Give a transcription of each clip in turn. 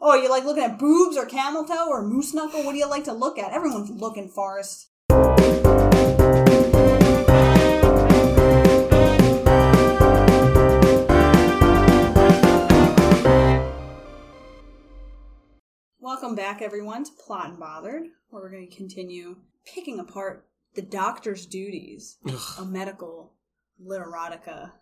Oh, you like looking at boobs or camel toe or moose knuckle? What do you like to look at? Everyone's looking, Forrest. Welcome back, everyone, to Plot and Bothered, where we're going to continue picking apart the doctor's duties, a medical literotica.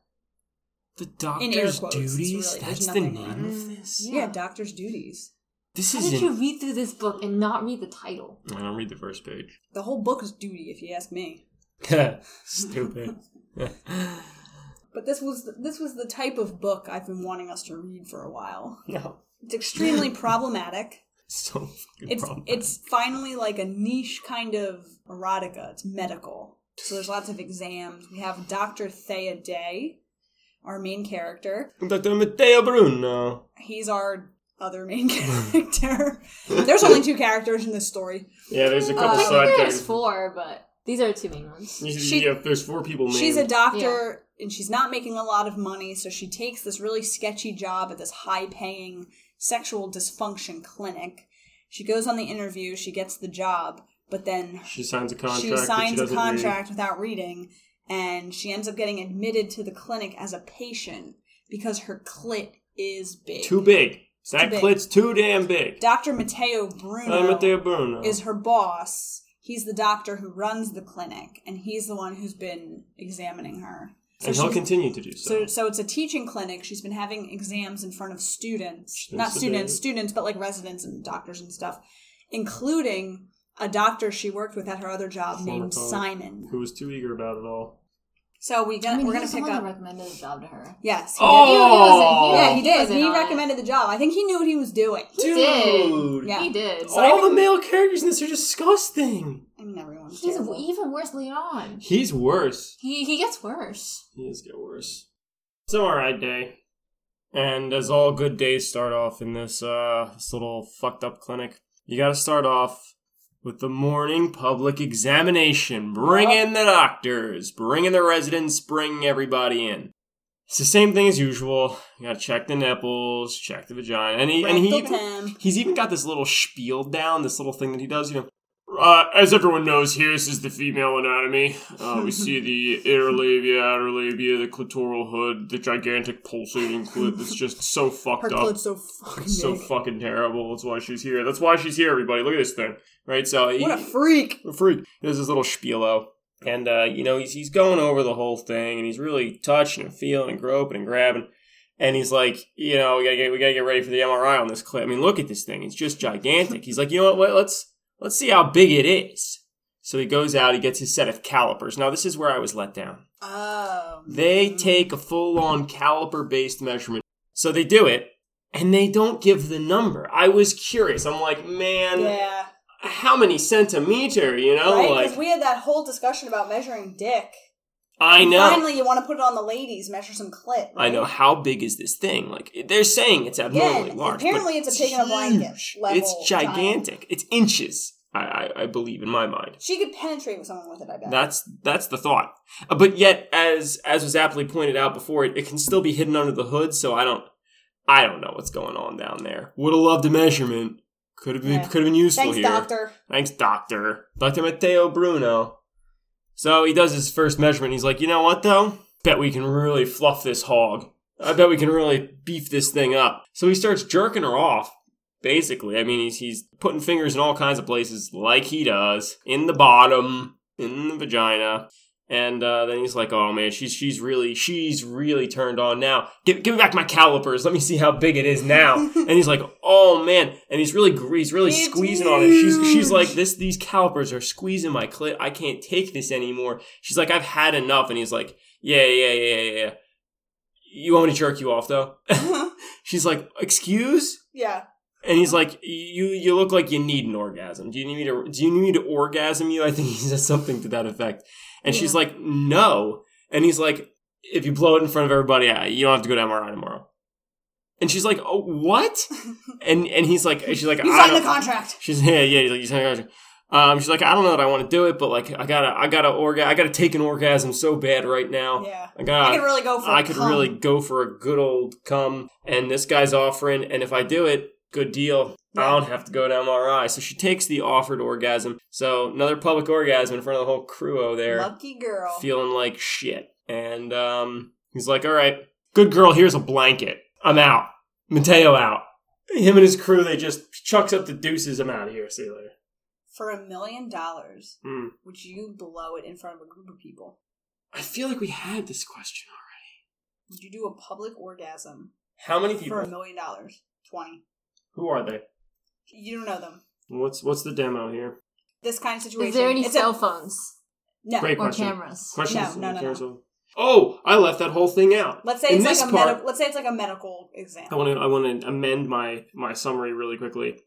The air doctor's quotes, it's duties. really- there's That's the nothing name on of this. Yeah, doctor's duties. This How did isn't. you read through this book and not read the title? I don't read the first page. The whole book is duty, if you ask me. Stupid. But this was this was the type of book I've been wanting us to read for a while. no, It's extremely problematic. so fucking It's problem. it's finally like a niche kind of erotica. It's medical, so there's lots of exams. We have Doctor Thea Day, our main character. Dr. Matteo Bruno. He's our other main character. there's only two characters in this story. Yeah, there's a Uh, Well, couple Technically, side there's characters. four, but these are two main ones. She- yeah, there's four people named. She's a doctor and she's not making a lot of money, so she takes this really sketchy job at this high paying sexual dysfunction clinic. She goes on the interview, she gets the job, but then she signs a contract. she that signs a doesn't read. contract without reading, and she ends up getting admitted to the clinic as a patient because her clit is big. Too big. that big. clit's too damn big. Dr. Matteo Bruno. Dr. Matteo Bruno. is her boss. He's the doctor who runs the clinic, and he's the one who's been examining her. So and he'll she's- continue to do so. so, so it's a teaching clinic. She's been having exams in front of students, been not students, sedated. students, but like residents and doctors and stuff, including a doctor she worked with at her other job Former named colleague. Simon. Who was too eager about it all. So we I gonna, mean, we're he gonna was the pick one up. that recommended the job to her. yes. he Oh! did. Oh. yeah, he did. wasn't He on it. recommended the job. I think he knew what he was doing. He did. Dude. Oh, Yeah. He did. So- All the male characters in this are disgusting. I mean, everyone's He's terrible. even worse later on. He's worse. He he gets worse. He is get worse. It's an alright day. And as all good days start off in this uh this little fucked up clinic, you gotta start off with the morning public examination. Bring in the doctors, bring in the residents, bring everybody in. It's the same thing as usual. You gotta check the nipples, check the vagina, and he and he Rectal even- cam. He's even got this little spiel down, this little thing that he does, you know. Uh, as everyone knows, here this is the female anatomy. Uh, we see the inner labia, outer labia, the clitoral hood, the gigantic pulsating clit that's just so Her fucked up. clit's so fucking It's so big. fucking terrible. That's why she's here. That's why she's here, everybody. Look at this thing. Right? So he- What a freak! a freak. There's this little spiel out. And, uh, you know, he's, he's going over the whole thing and he's really touching and feeling and groping and grabbing. And he's like, you know, we gotta get, we gotta get ready for the MRI on this clip. I mean, look at this thing. It's just gigantic. He's like, you know what? Let- Let's, let's see how big it is. So he goes out, he gets his set of calipers. Now, this is where I was let down. Oh, They take a full on caliper based measurement. So they do it and they don't give the number. I was curious. I'm like, man, yeah. how many centimeter, you know? right? Like, Because we had that whole discussion about measuring dick. I know. Finally, you want to put it on the ladies, measure some clit. I know. How big is this thing? Like they're saying it's abnormally Again, large. apparently but it's a pig in a blanket huge. level It's gigantic. It's inches. I, I, I believe in my mind. She could penetrate with someone with it, I bet. That's that's the thought. Uh, but yet, as as was aptly pointed out before, it, it can still be hidden under the hood. So I don't I don't know what's going on down there. Would have loved a measurement. Could have been Yeah. could have been useful Thanks, here. doctor. Thanks, Doctor. Dr. Matteo Bruno. So he does his first measurement. He's like, you know what, though? Bet we can really fluff this hog. I bet we can really beef this thing up. So he starts jerking her off, basically. I mean, he's, he's putting fingers in all kinds of places, like he does, in the bottom, in the vagina. And uh, then he's like, "Oh man, she's she's really she's really turned on now. Give, give me back my calipers. Let me see how big it is now." and he's like, "Oh man," and he's really gr- he's really It's squeezing on it. She's she's huge. like, "This these calipers are squeezing my clit. I can't take this anymore." She's like, "I've had enough," and he's like, "Yeah, yeah, yeah, yeah, yeah." You want me to jerk you off though? she's like, "Excuse." yeah. And he's like, "You you look like you need an orgasm. Do you need me to do you need me to orgasm you?" I think he says something to that effect. And she's Yeah. like, "No." And he's like, "If you blow it in front of everybody, I- you don't have to go to MRI tomorrow." And she's like, "Oh, what?" and and he's like, she's like, You "I signed the don't- contract. She's yeah yeah. He's like, "You signed the contract." Um, she's like, "I don't know that I want to do it, but like, I gotta I gotta orga I gotta take an orgasm so bad right now. Yeah. I gotta I could really go for Uh, I a could cum. really go for a good old cum, and this guy's offering, and if I do it, good deal. I don't have to go to MRI. So she takes the offered orgasm. So another public orgasm in front of the whole crew there Lucky girl. feeling like shit. And um, he's like, all right, good girl, here's a blanket. I'm out. Mateo out. Him and his crew, they just chucks up the deuces. I'm out of here. See you later. For a million dollars, Hmm. would you blow it in front of a group of people? I feel like we had this question already. Would you do a public orgasm How many for a people? million dollars? 20. Who are they? You don't know them. What's what's the demo here? This kind of situation. Is there any it's cell a, phones No. Great or question. cameras? Questions? No, no, no, no. Cancel. Oh, I left that whole thing out. Let's say In it's this like a part- medi- let's say it's like a medical exam. I want to I want to amend my my summary really quickly.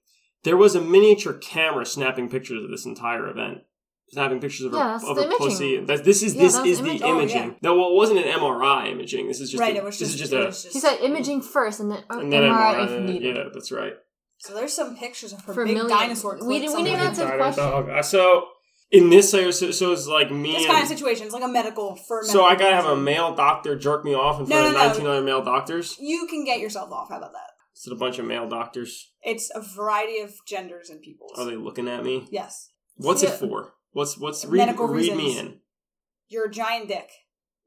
There was a miniature camera snapping pictures of this entire event, snapping pictures of Yeah, that's her, of the her pussy. imaging. That, this is Yeah, this that was is image- the oh, imaging. yeah. No, well, it wasn't an MRI imaging. This is just right, a- it was just, this is just it a was just- She said imaging first and then, or and then MRI, MRI, if needed. Yeah, that's right. So there's some pictures of her For a big million- dinosaur we clip didn't- we somewhere. didn't answer- That's a question. Uh, So in this, so, so so it's like me This and. kind of situation. It's like a medical for a so I gotta have medical a reason. male doctor jerk me off in No, front no, no. of 19 other male doctors. You can get yourself off. How about that? Is it a bunch of male doctors? It's a variety of genders and peoples. Are they looking at me? Yes. What's Yeah. it for? What's what's read, Medical read me reasons. in? You're a giant dick.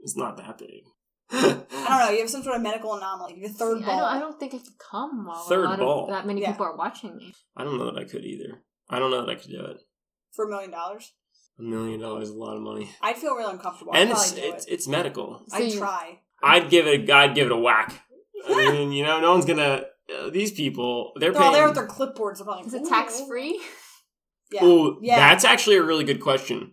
It's not that big. I don't know. You have some sort of medical anomaly. You have a third See, ball. I don't, I don't think I could come while Third a lot ball. of that many Yeah. people are watching me. I don't know that I could either. I don't know that I could do it. For a million dollars? A million dollars is a lot of money, I'd feel real uncomfortable. and I'd it's, probably do it's it. it's medical. So I'd you- try. I'd give it. I'd give it a whack. I mean, you know, no one's gonna. Uh, these people, they're They're all paying. there with their clipboards. I'm like, Is it "Ooh." tax free? Yeah. Ooh, yeah. that's actually a really good question.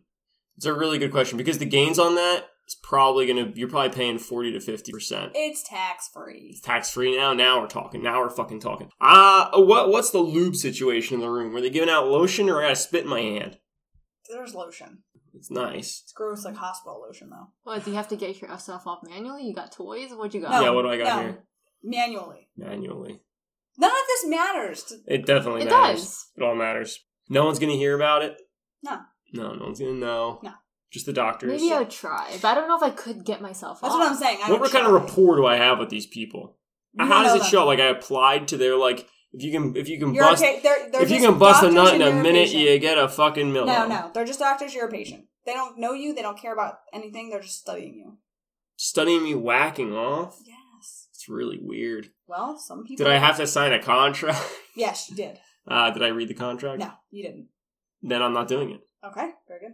It's a really good question because the gains on that is probably gonna. You're probably paying forty to fifty percent. It's tax free. tax free now. Now we're talking. Now we're fucking talking. Ah, uh, what what's the lube situation in the room? Were they giving out lotion or I gotta spit in my hand? There's lotion. It's nice. It's gross like hospital lotion though. What, do you have to get yourself off manually? You got toys? What'd you got? No, yeah, what do I got no. here? Manually. Manually. None of this matters. to- It definitely It matters. does. It all matters. No one's gonna hear about it. No. No, no one's gonna know. No. Just the doctors. Maybe I would try, but I don't know if I could get myself That's off. what I'm saying. I what would kind of try. rapport do I have with these people? You How don't does know it them. show? Like I applied to their like if you can if you can You're bust okay. They're, they're if you just can bust a doctors nut in and a you're minute, patient. you get a fucking No, million. no. They're just doctors. You're a patient. They don't know you. They don't care about anything. They're just studying you. Studying me whacking off. Yes. It's really weird. Well, some people. Did I have to sign a contract? Yes, you did. Uh, did I read the contract? No, you didn't. Then I'm not doing it. Okay, very good.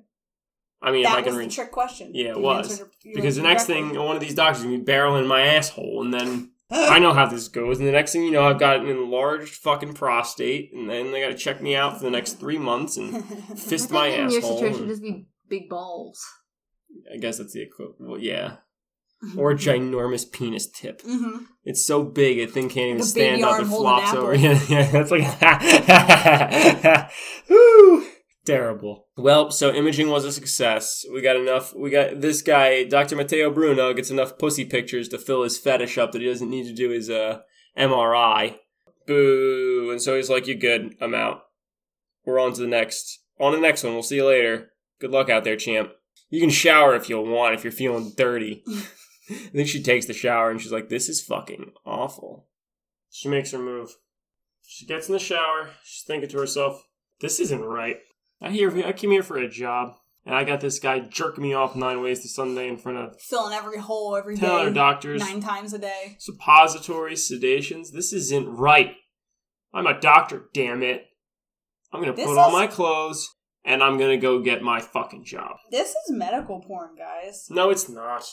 I mean, if that I can was read, the trick question. Yeah, it You was. answered it- you because the answered next correctly. thing one of these doctors is gonna be barreling my asshole, and then I know how this goes. And the next thing you know, I've got an enlarged fucking prostate, and then they gotta check me out for the next three months and fist I my think in your asshole. situation, and- just be big balls. I guess that's the equivalent. Well, yeah, or a ginormous penis tip. Mhm. It's so big, a thing can't even The stand baby up. It arm holding flops an over. apple. Yeah, yeah. That's like, Woo. terrible. Well, so imaging was a success. We got enough. We got this guy, Dr. Matteo Bruno, gets enough pussy pictures to fill his fetish up that he doesn't need to do his uh, MRI. Boo! And so he's like, "You good? I'm out. We're on to the next. On to the next one. We'll see you later. Good luck out there, champ. You can shower if you want. If you're feeling dirty." I think she takes the shower and she's like, "This is fucking awful." She makes her move. She gets in the shower. She's thinking to herself, "This isn't right. I here I came here for a job, and I got this guy jerking me off nine ways to Sunday in front of Filling every hole every ten other day, doctors, nine times a day. suppositories, sedations. This isn't right. I'm a doctor, damn it. I'm gonna This put on is- my clothes." And I'm gonna go get my fucking job. This is medical porn, guys. No, it's not.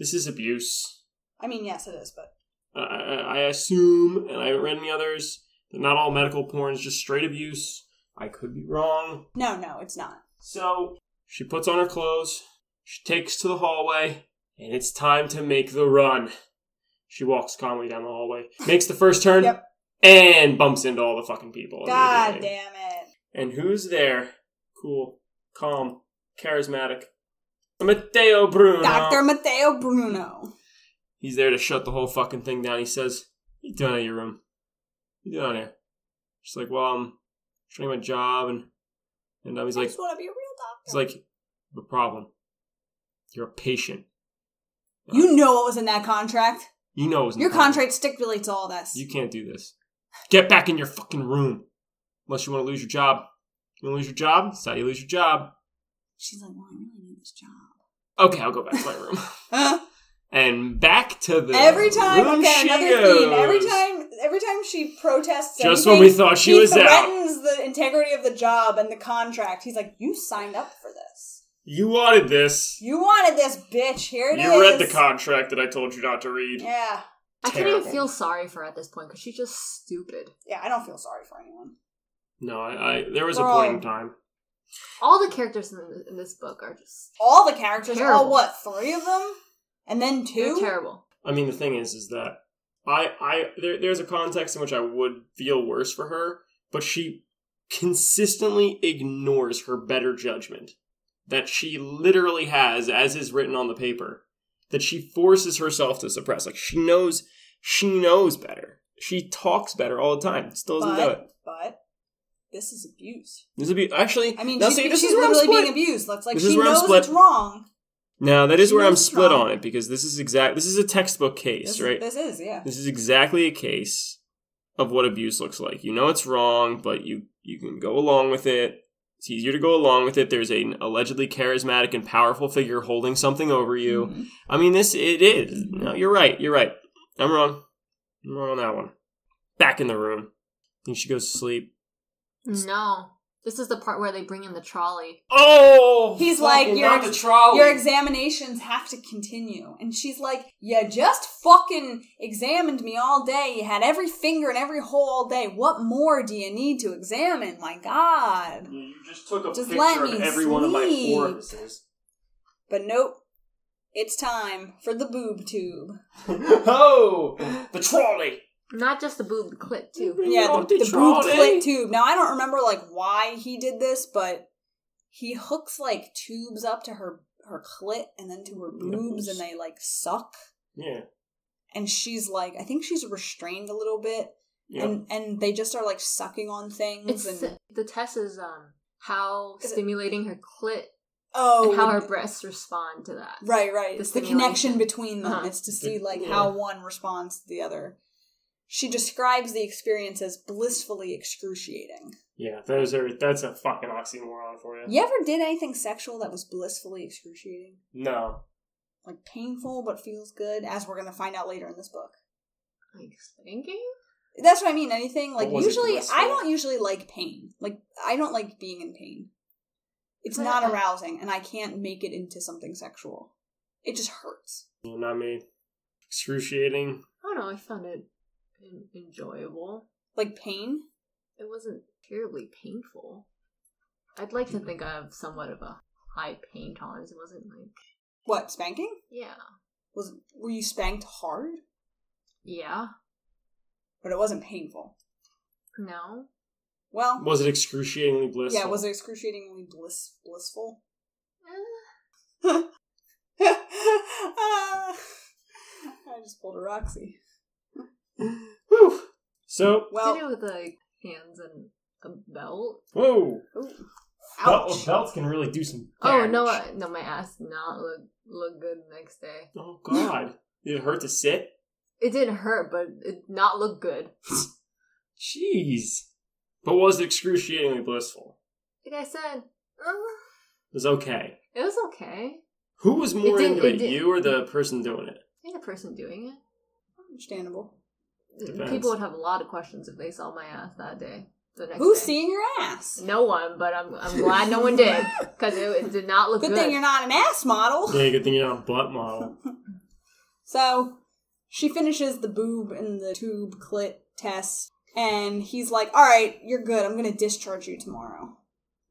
This is abuse. I mean, yes, it is, but Uh, I, I I assume, and I haven't read any others, that not all medical porn is just straight abuse. I could be wrong. no, no, it's not. So she puts on her clothes, she takes to the hallway, and it's time to make the run. She walks calmly down the hallway, makes the first turn, Yep. and bumps into all the fucking people. God immediately. damn it. And who's there? Cool, calm, charismatic. Matteo Bruno. Dr. Matteo Bruno. He's there to shut the whole fucking thing down. He says, "What you doing out of your room? What you doing out here?" She's like, "Well, I'm trying my job," and and um, he's I like, just want to be a real doctor. "He's like, the problem. You're a patient. uh, you know what was in that contract. You know it was in Your the contract. contract stipulates all this. You can't do this. Get back in your fucking room. Unless you want to lose your job. You want to lose your job? That's how you lose your job. She's like, well, I really need this job. Okay, I'll go back to my room. Huh? And back to the every time, room okay, she another goes. theme. Every time, every time she protests, Just anything, when we thought she he was out, threatens the integrity of the job and the contract. He's like, "You signed up for this. you wanted this. You wanted this, bitch. Here it is. You read the contract that I told you not to read. Yeah, I can't even Terrible. feel sorry for her at this point because she's just stupid. yeah. I don't feel sorry for anyone. No, I, I there was a We're point all- in time. All the characters in, th- in this book are just All the characters, all Terrible. what three of them, and then they're two. terrible. I mean, the thing is, is that I, I, there, there's a context in which I would feel worse for her, but she consistently ignores her better judgment that she literally has, as is written on the paper, that she forces herself to suppress. Like she knows, she knows better. She talks better all the time. Still doesn't do it. but, but this is abuse. This would be actually. I mean, now, she's, see, this she's is where I'm literally split. being abused. That's like This she is where I'm knows split. it's wrong. Now that is She where knows I'm it's split wrong. on it because this is exact. This is a textbook case, This, right? This is yeah. This is exactly a case of what abuse looks like. You know it's wrong, but you you can go along with it. It's easier to go along with it. There's an allegedly charismatic and powerful figure holding something over you. Mhm. I mean, this it is. No, you're right. You're right. I'm wrong. I'm wrong on that one. Back in the room. I think she goes to sleep. No, this is the part where they bring in the trolley. Oh, He's like, fucking you're- not the trolley. Your examinations have to continue. And she's like, You just fucking examined me all day. You had every finger in every hole all day. What more do you need to examine? My God. you just took a Just let picture of me every one of my sleep. orifices. But nope. It's time for the boob tube. oh, the trolley. Not just the boob, the clit too. Yeah, Oh, the, did the boob Charlie? clit tube. Now, I don't remember, like, why he did this, but he hooks, like, tubes up to her, her clit and then to her boobs, and they, like, suck. Yeah. And she's like, I think she's restrained a little bit. Yeah. and and they just are like sucking on things It's and the test is um how Is it- stimulating her clit oh and how her breasts respond to that. right right the it's the stimulation. connection between them Uh-huh. it's to see like Yeah. how one responds to the other she describes the experience as blissfully excruciating Yeah, those are that's a fucking oxymoron for you. you ever did anything sexual that was blissfully excruciating No. like painful but feels good as we're going to find out later in this book Like spanking? that's what i mean anything like But was it usually blissful? i don't usually like pain like i don't like being in pain it's But not I- arousing and i can't make it into something sexual it just hurts You're not me. Excruciating. I don't know. I found it en- enjoyable. like pain. It wasn't terribly painful. I'd like to think I have somewhat of a high pain tolerance. It wasn't like What spanking yeah, was? Were you spanked hard? yeah, But it wasn't painful. no. Well, Was it excruciatingly blissful? yeah, was it excruciatingly bliss blissful? Eh, Ah, I just pulled a Roxy. Whew. So to Well, do with like hands and a belt. whoa. ooh, Bel- ouch. belts can really do some. Oh damage. no, I, no, my ass did not look look good the next day. Oh god. Did it hurt to sit? It didn't hurt, but it did not look good. Jeez. But was it excruciatingly blissful? Like I said, uh, It was okay. it was okay. Who was more It didn't- into it it, didn't- you or the person doing it? I think the person doing it. Understandable. Depends. People would have a lot of questions if they saw my ass that day. The next Who's day. seeing your ass? No one, but I'm I'm glad no one did because it, it did not look Good, good. thing you're not an ass model. Yeah, good thing you're not a butt model. So she finishes the boob and the tube clit test, and he's like, "All right, you're good. I'm gonna discharge you tomorrow."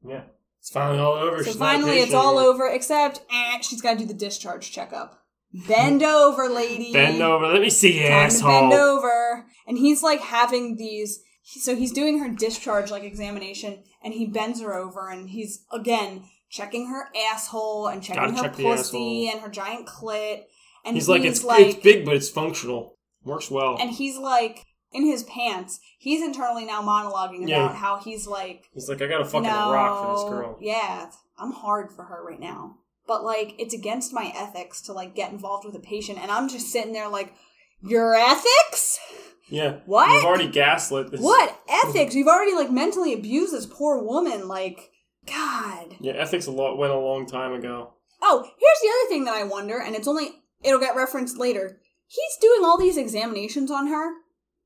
Yeah. It's finally all over. So She's not a finally, it's patient all anymore. over, except eh, she's got to do the discharge checkup. Bend over, lady. Bend over. Let me see you, Time asshole. To bend over. And he's like having these. he- So he's doing her discharge like examination, and he bends her over, and he's again checking her asshole and checking Gotta her check the pussy asshole. and her giant clit. And he's like, it's, it's big, but it's functional. Works well. and he's like in his pants. He's internally now monologuing Yeah. about how he's like he's like, I got a fucking no, rock for this girl. Yeah, I'm hard for her right now. But like, it's against my ethics to like get involved with a patient, and I'm just sitting there like, Your ethics? Yeah. What? You've already gaslit this. What ethics? You've already like mentally abused this poor woman. Like, God. Yeah, ethics a lot went a long time ago. Oh, here's the other thing that I wonder, and it's only it'll get referenced later. He's doing all these examinations on her.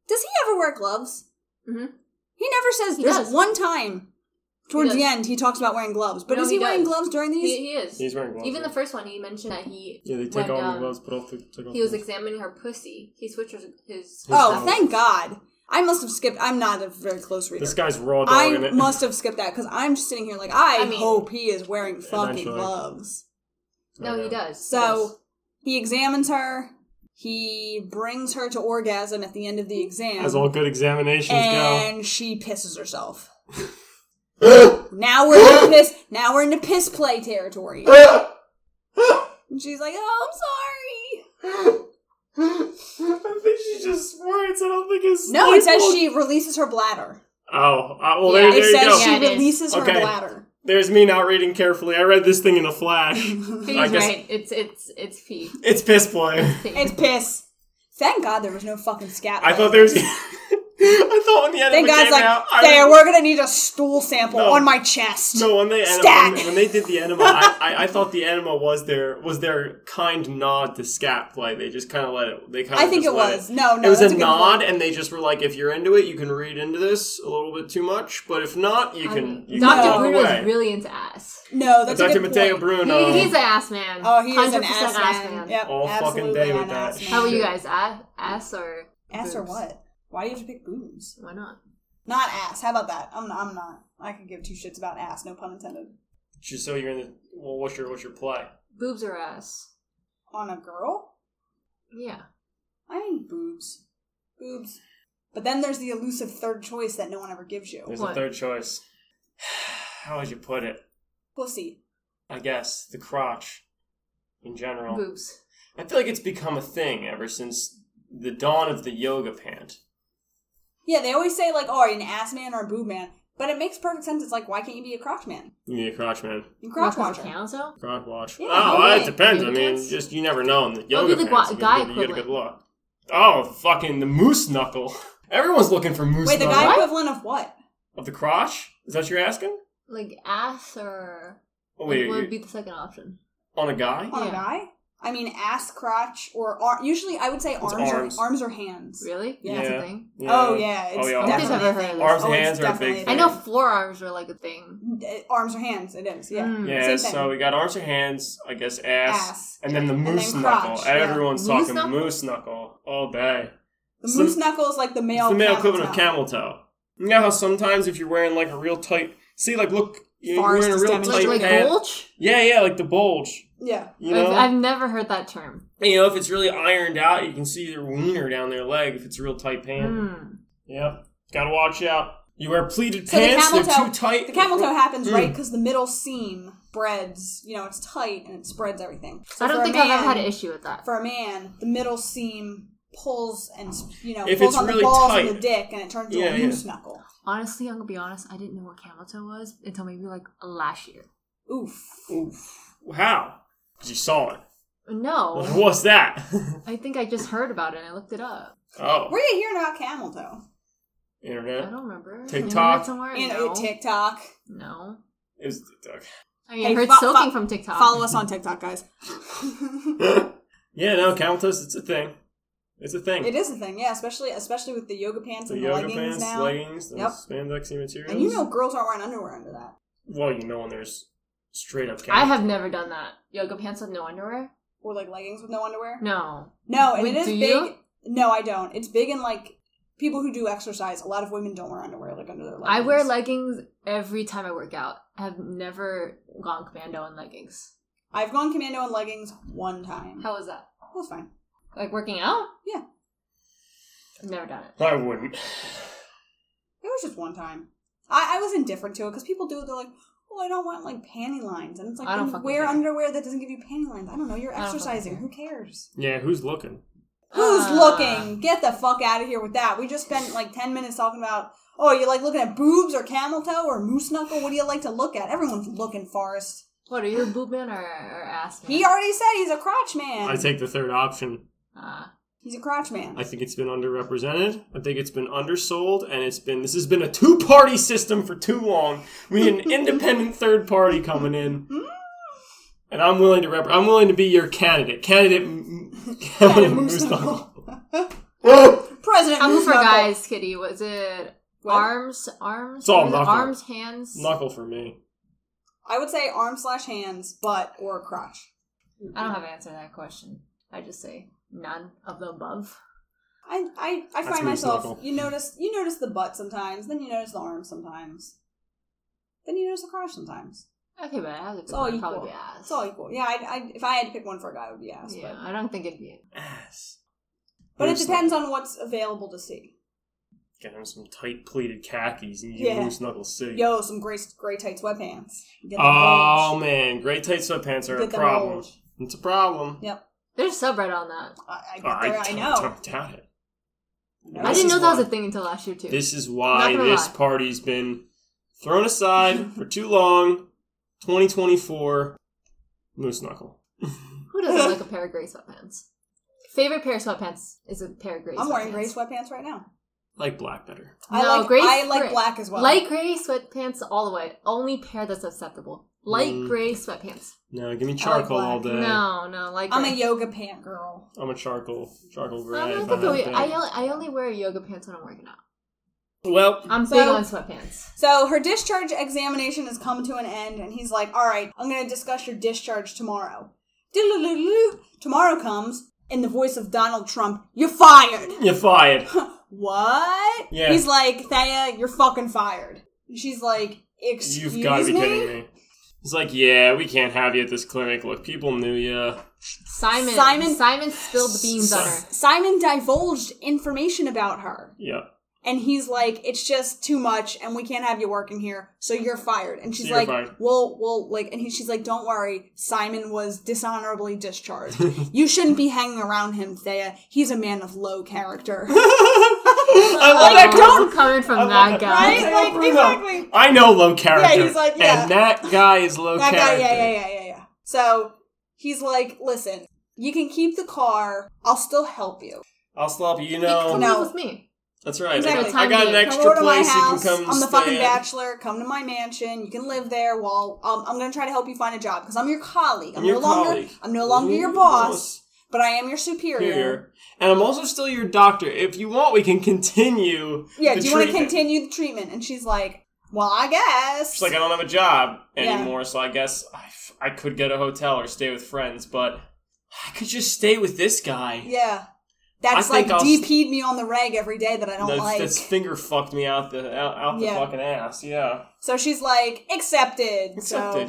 Does he ever wear gloves? Mhm. He never says. He There's does. one time towards does. the end he talks about wearing gloves, but No, is he, he wearing does. gloves during these? He, he is. He's wearing gloves. Even the yeah. first one, he mentioned that he Yeah, they take when, all the um, gloves, put off the. Take off he was the gloves. examining her pussy. He switched his. his oh, His thank God! I must have skipped. I'm not a very close reader. This guy's raw dog in I it. must have skipped that because I'm just sitting here like I, I mean- hope he is wearing fucking Eventually. gloves. No, he does. So he examines her. He brings her to orgasm at the end of the exam, As all good examinations and she pisses herself. go. Now we're into piss. Now we're into piss play territory. And she's like, "Oh, I'm sorry." I think she just squirts. I don't think it's. No, it says she releases her bladder. Oh, uh, well, Yeah, there, It there you go. says Yeah, she it is. releases her Okay. bladder. There's me not reading carefully. I read this thing in a flash. He's I guess- right. It's it's it's pee. it's piss play. It's piss. Thank God there was no fucking scat. I play. thought there was. I thought when the enema Thank God's came like, out, I there, was- we're gonna need a stool sample No. on my chest. No, when they Stat! when, when they did the enema, I, I, I thought the enema was their was their kind nod to scat play. They just kind of let it. They kind of I think it was. No, no, it was that's a good nod, point. and they just were like, "If you're into it, you can read into this a little bit too much, but if not, you Um, I can." mean, You can Dr. walk Bruno's away. really into ass. No, that's a Dr. good Matteo point. Bruno. He, he's an ass man. Oh, he is an 100% ass man. Yep, All fucking absolutely day with an that ass man. How about you Shit. guys? A- Ass or Ass or boobs? what? Why do you have to pick boobs? Why not? Not ass. How about that? I'm not. I'm not. I could give two shits about ass. No pun intended. Just so you're in the. Well, what's your what's your play? Boobs or ass? On a girl, Yeah. I mean boobs, boobs. But then there's the elusive third choice that no one ever gives you. There's a What? third choice. How would you put it? Pussy. I guess the crotch, in general. Boobs. I feel like it's become a thing ever since the dawn of the yoga pant. Yeah, they always say like, "Oh, are you an ass man or a boob man?" But it makes perfect sense. It's like, why can't you be a crotch man? You mean a crotch man? You crotch Not 'cause watcher. it counts though. Crotch watch. Yeah, oh, yoga well, it pant. depends. I Yoga mean, pants. just you never know. In the yoga be the pants, gua- you guy get a good- you get a equivalent. good look. Oh, fucking the moose knuckle. Everyone's looking for moose Wait, the knuckle. guy What? equivalent of what? Of the crotch? Is that what you're asking? Like ass or Oh, wait, what you're- would be the second option? on a guy? On a Yeah. guy? I mean, ass, crotch, or ar- usually I would say arms, arms. Or, arms or hands. Really? Yeah. That's a thing. Oh yeah, it's Oh, yeah, I don't think definitely I've ever heard of a this. thing. Arms Oh, and it's hands are a big definitely Yeah. I thing. know forearms are like a thing. Uh, Arms or hands, it is. Yeah. Mm. Yeah, Same thing. so we got arms or hands, I guess ass, Ass. and then the then moose crotch, knuckle. yeah. Everyone's Moose talking knuckle? moose knuckle all day. The Some- moose knuckle is like the male. It's the male camel equivalent of toe. camel toe. You know how sometimes if you're wearing like a real tight, see, like look, you're Forest wearing a is real demonstrating. tight Like, like pant. bulge? Yeah, yeah, like the bulge. Yeah. You I've, know, I've never heard that term. you know, if it's really ironed out, you can see their wiener down their leg. If it's a real tight pant, Hmm. Mm. yep, gotta watch out. You wear pleated So the pants; camel they're toe- too tight. The camel toe happens Mm. right because the middle seam spreads. You know, it's tight and it spreads everything. So I don't for a think I've man- ever had an issue with that. For a man, the middle seam pulls and you know If pulls it's on really the balls tight. and the dick, and it turns into Yeah, a yeah. moose knuckle. Honestly, I'm gonna be honest. I didn't know what camel toe was until maybe like last year. Oof. Oof. How? 'Cause you saw it. No, What's that? I think I just heard about it. and I looked it up. oh, Where Oh. are you hearing about camel toe? I internet. don't remember. TikTok. Internet somewhere? And no. TikTok. no. It was TikTok. I mean, Hey, I heard fo- fo- soaking from TikTok. Follow us on TikTok, guys. yeah, no, camel toes. It's a thing. It's a thing. it is a thing, yeah. Especially especially with the yoga pants The and the yoga leggings pants, now. leggings, those Yep. spandexy materials. And you know, girls aren't wearing underwear under that. Well, you know when there's straight up camel. I have never done that. Yoga pants with no underwear? Or like leggings with no underwear. No. No, and Mm-hmm. Wait, it is do big. you? No, I don't. It's big in like people who do exercise. A lot of women don't wear underwear like under their leggings. I wear leggings every time I work out. I have never gone commando in leggings. I've gone commando in leggings one time. How was that? That was fine. Like working out? Yeah. I've never done it. I wouldn't. It was just one time. I, I was indifferent to it because people do it. They're like, "Oh, I don't want like panty lines," and it's like, I don't then fucking wear care. underwear that doesn't give you panty lines. I don't know. You're I don't fucking exercising. care. Who cares? Yeah, who's looking? Who's Uh. looking? Get the fuck out of here with that. We just spent like 10 minutes talking about, oh, you like looking at boobs or camel toe or moose knuckle? What do you like to look at? Everyone's looking, Forrest. What are you, a boob man or, or ass man? He already said he's a crotch man. I take the third option. Ah. He's a crotch man. I think it's been underrepresented. I think it's been undersold, and it's been this has been a two party system for too long. We need an independent third party coming in, and I'm willing to rep. I'm willing to be your candidate. Candidate, M- candidate Moose Knuckle. Whoa! President I'm Moose for Knuckle. guys, Kitty. Was it What? arms? Arms? It's all was it knuckle. arms, hands. Knuckle for me. I would say arm slash hands, butt or crotch. I don't have an answer to that question. I just say none of the above. I I, I That's find Moose myself Knuckle. you notice you notice the butt sometimes, then you notice the arm sometimes. Then you notice the crotch sometimes. Okay, but I have to pick It's all one, it'd equal. probably be ass. It's all equal. Yeah, I, I, if I had to pick one for a guy, it would be ass. Yeah, But, I don't think it'd be. Ass. but it Moose depends on what's available to see. Knuckle. Get him some tight pleated khakis and you Yeah. Moose Knuckle City. Yo, some gray gray tight sweatpants. Get the Oh bulge. man, great tight sweatpants are a Get the problem. bulge. It's a problem. Yep. There's a subreddit on that. I, I, Uh, there, I don't- know. don't doubt it. I This didn't is know that was why- a thing until last year too. This is why Not gonna this lie. party's been thrown aside for too long. 2024 Moose Knuckle. Who doesn't like a pair of gray sweatpants? Favorite pair of sweatpants is a pair of gray. I'm wearing sweatpants. gray sweatpants right now. Like black better. I No, like gray- I like gray- black as well. Light gray sweatpants all the way. Only pair that's acceptable. Light Mm. gray sweatpants. No, give me charcoal all black. day. No, no, light I'm gray. a yoga pant girl. I'm a charcoal charcoal gray. I'm if not gonna have go- to. I, only, I only wear yoga pants when I'm working out. well, I'm So- big on sweatpants. So her discharge examination has come to an end, and he's like, "All right, I'm going to discuss your discharge tomorrow." Diddle-doo-doo-doo. Tomorrow comes in the voice of Donald Trump. You're fired. you're fired. What? Yeah. He's like, Thea, you're fucking fired. And She's like, excuse You've got to be me. kidding me. It's like, yeah, we can't have you at this clinic. Look, people knew you. Simon- Simon. Simon. Simon spilled the beans on her. Simon divulged information about her. Yeah. And he's like, it's just too much, and we can't have you working here, so you're fired. And she's You're like, fired. well, well, like, and he, she's like, don't worry, Simon was dishonorably discharged. you shouldn't be hanging around him, Thea. He's a man of low character. I love Like, that Oh, don't- coming from I love that it. guy. Right? Like, Bruno. exactly. I know low character. Yeah, he's like, yeah. And that guy is low that guy, character. yeah, yeah, yeah, yeah, yeah. So he's like, listen, you can keep the car. I'll still help you. I'll slap you. You He know, come No. live with me. that's right. Exactly. I got an Come come over extra to my place you can house. come. I'm the stay fucking at. bachelor. Come to my mansion. You can live there. While um, I'm going to try to help you find a job because I'm your colleague. I'm, I'm your no longer. colleague. I'm no longer your Ooh, boss, but I am your superior. Here. And I'm also still your doctor. If you want, we can continue. Yeah. the do you want to treatment. continue the treatment? And she's like, "Well, I guess." She's like, I don't have a job Yeah. anymore, so I guess I, f- I could get a hotel or stay with friends, but I could just stay with this guy. "Yeah." That's I like think I'll- DP'd me on the reg every day that I don't That's, like. that's finger fucked me out the out, out the Yeah. fucking ass. Yeah, So she's like, accepted. accepted.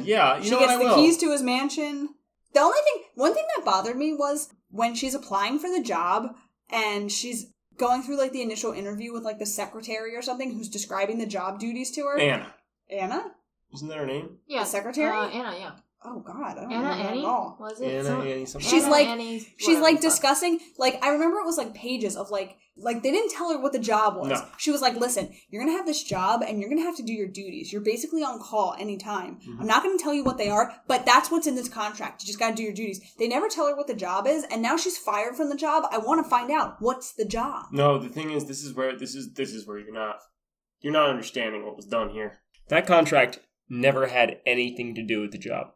So yeah, you she know gets what I the will. keys to his mansion. The only thing, one thing that bothered me was when she's applying for the job and she's going through like the initial interview with like the secretary or something who's describing the job duties to her. Anna, Anna? isn't that her name? Yeah. The secretary? Uh, Anna, yeah. oh God, I don't Anna, remember Annie? at all. Was it? Anna, Some- Annie, something. She's Anna, like- Annie, She's whatever like the fuck. discussing like I remember it was like pages of like like they didn't tell her what the job was. No. She was like, "Listen, you're going to have this job and you're going to have to do your duties. You're basically on call anytime. Mm-hmm. I'm not going to tell you what they are, but that's what's in this contract. You just got to do your duties." They never tell her what the job is, and now she's fired from the job. I want to find out what's the job. No, the thing is, this is where this is this is where you're not you're not understanding what was done here. That contract never had anything to do with the job.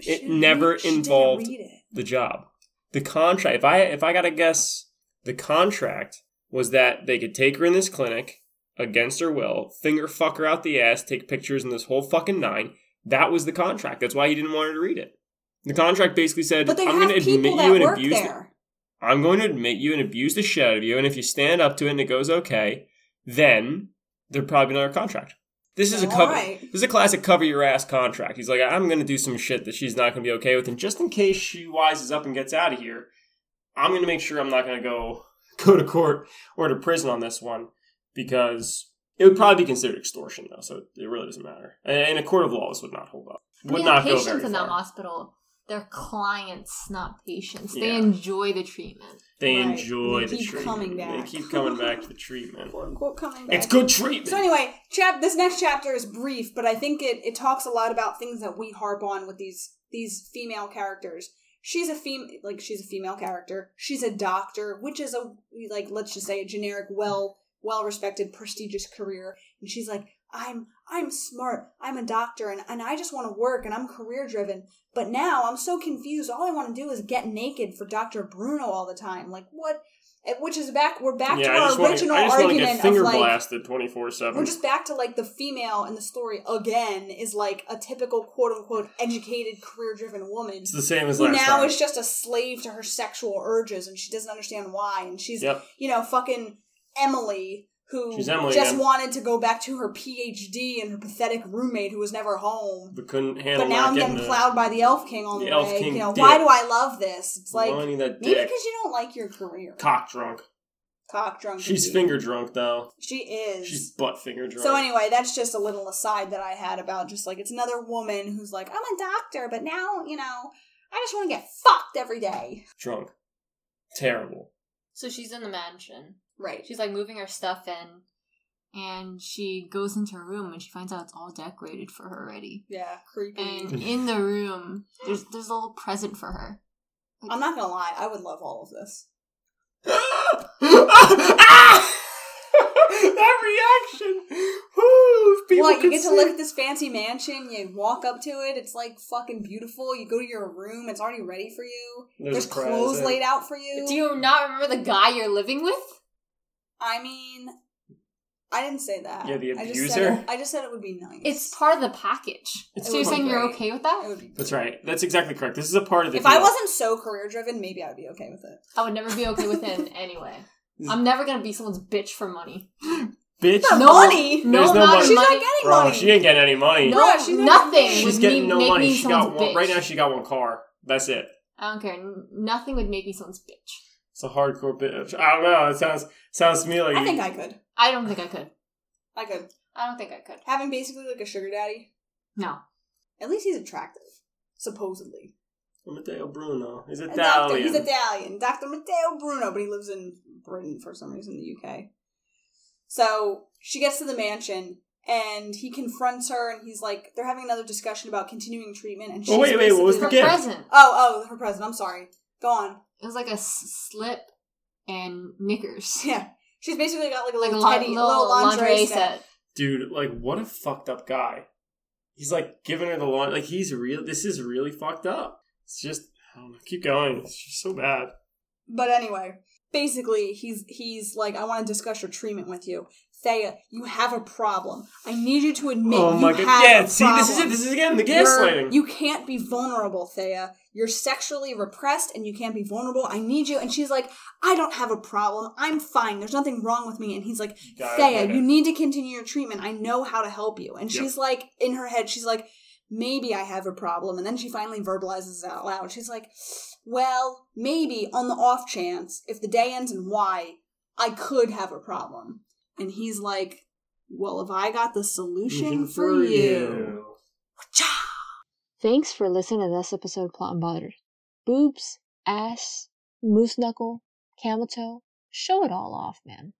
She It didn't never read- she didn't involved- read it. The job, the contract. If I if I gotta guess, the contract was that they could take her in this clinic against her will, finger fuck her out the ass, take pictures, and this whole fucking nine. That was the contract. That's why he didn't want her to read it. The contract basically said, But they "I'm have going to people admit that you and work abuse the- there. I'm going to admit you and abuse the shit out of you, and if you stand up to it and it goes okay, then they're probably another contract. This is a All cover. right. This is a classic cover your ass contract. He's like, I'm going to do some shit that she's not going to be okay with, and just in case she wises up and gets out of here, I'm going to make sure I'm not going to go go to court or to prison on this one because it would probably be considered extortion though, so it really doesn't matter. And a court of law, this would not hold up. I Would mean, not go patients very in that far. hospital, they're clients, not patients. They Yeah. enjoy the treatment. They Right. enjoy They the keep treatment. coming back. They keep coming back to the treatment. Quote, unquote, coming back. It's good treatment. So anyway, chap this next chapter is brief, but I think it, it talks a lot about things that we harp on with these these female characters. she's a fem like she's a female character. She's a doctor, which is a like let's just say a generic, well well respected, prestigious career. And she's like, I'm I'm smart. I'm a doctor, and and I just want to work, and I'm career driven. But now I'm so confused. All I want to do is get naked for Doctor Bruno all the time. Like what? eh, Which is back. We're back yeah, to I our just want to original get argument of finger like blasted twenty four we're seven. just back to like the female in the story again is like a typical quote unquote educated career driven woman It's the same as who last now time. is just a slave to her sexual urges and she doesn't understand why and she's Yep. you know fucking Emily who She's Emily just again. wanted to go back to her PhD and her pathetic roommate who was never home But couldn't but handle now not I'm getting getting plowed by the elf king on the the, Elf way King you know dick. why do I love this it's the, like, like I need that maybe dick. because you don't like your career Cock drunk. cock drunk She's indeed. finger drunk though. she is She's butt finger drunk. So anyway, that's just a little aside that I had about just like it's another woman who's like, I'm a doctor, but now, you know, I just want to get fucked every day. drunk. Terrible. So she's in the mansion. Right. She's like moving her stuff in, and she goes into her room and she finds out it's all decorated for her already. Yeah, creepy. Mm. And in the room, there's there's a little present for her. I'm not gonna lie, I would love all of this. that reaction. Woo, if people what you could get to see- live at this fancy mansion, you walk up to it, it's like fucking beautiful. You go to your room, it's already ready for you. There's, a prize clothes there. laid out for you. Do you not remember the guy you're living with? I mean I didn't say that. Yeah, the I just said abuser. it- I just said it would be nice. It's part of the package. It's so you're part saying of you're it. okay with it that? would be That's right. That's exactly correct. This is a part of the. If I deal. wasn't so career driven, maybe I'd be okay with it. I would never be okay with it anyway. I'm never gonna be someone's bitch for money. bitch, No, money. No There's no amount money. of She's not money. getting bro, money. she ain't getting any money. No, Bruh, she's not nothing. getting- she's would getting me- no make money. Me She someone's got one bitch. right now. She got one car. That's it. I don't care. N- Nothing would make me someone's bitch. It's a hardcore bitch. I don't know. It sounds sounds to me like I think I could. I don't think I could. I could. I don't think I could. Having basically like a sugar daddy. No. At least he's attractive, supposedly. Matteo Bruno. He's And Doctor, he's Italian. Italian. Dr. Matteo Bruno, but he lives in Britain for some reason, the UK. So she gets to the mansion and he confronts her and he's like, they're having another discussion about continuing treatment. And she's Oh, wait, wait, what was basically the Her like- gift? present. Oh, oh, her present. I'm sorry. Go on. It was like a s- slip and knickers. Yeah. She's basically got like a Like a little, lo- teddy, little, little lingerie, set. Dude, like what a fucked up guy. He's like giving her the lawn. Like he's real. This is really fucked up. It's just. I don't know. Keep going. It's just so bad. But anyway, basically, he's he's like, I want to discuss your treatment with you, Thea. You have a problem. I need you to admit. oh my you god. Have Yeah. a See, this is it. problem. This is again the You're- gaslighting. You can't be vulnerable, Thea. You're sexually repressed and you can't be vulnerable. I need you. And she's like, I don't have a problem. I'm fine. There's nothing wrong with me. And he's like, Got Thea, it. you need to continue your treatment. I know how to help you. And Yep. she's like, in her head, she's like, maybe I have a problem. And then she finally verbalizes it out loud. She's like, well, maybe on the off chance, if the day ends in Y, I could have a problem. And he's like, well, if I got the solution for you. Cha! Thanks for listening to this episode of Plot and Bothered. Boobs, ass, moose knuckle, camel toe, show it all off, man.